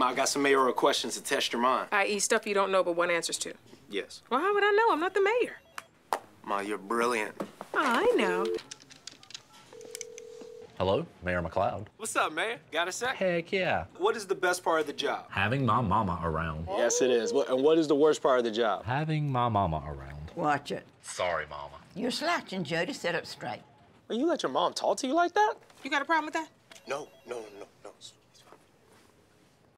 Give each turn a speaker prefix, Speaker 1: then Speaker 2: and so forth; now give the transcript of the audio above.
Speaker 1: I got some mayoral questions to test your mind.
Speaker 2: I.e., E stuff you don't know but want answers to.
Speaker 1: Yes.
Speaker 2: Well, how would I know? I'm not the mayor.
Speaker 1: Ma, you're brilliant.
Speaker 2: Oh, I know.
Speaker 3: Hello, Mayor McLeod.
Speaker 1: What's up, Mayor? Got a sec?
Speaker 3: Heck yeah.
Speaker 1: What is the best part of the job?
Speaker 3: Having my mama around.
Speaker 1: Yes, it is. What, and what is the worst part of the job?
Speaker 3: Having my mama around.
Speaker 4: Watch it.
Speaker 3: Sorry, mama.
Speaker 4: You're slouching, Jody. Sit up straight.
Speaker 1: Well, you let your mom talk to you like that?
Speaker 2: You got a problem with that?
Speaker 1: No, no, no.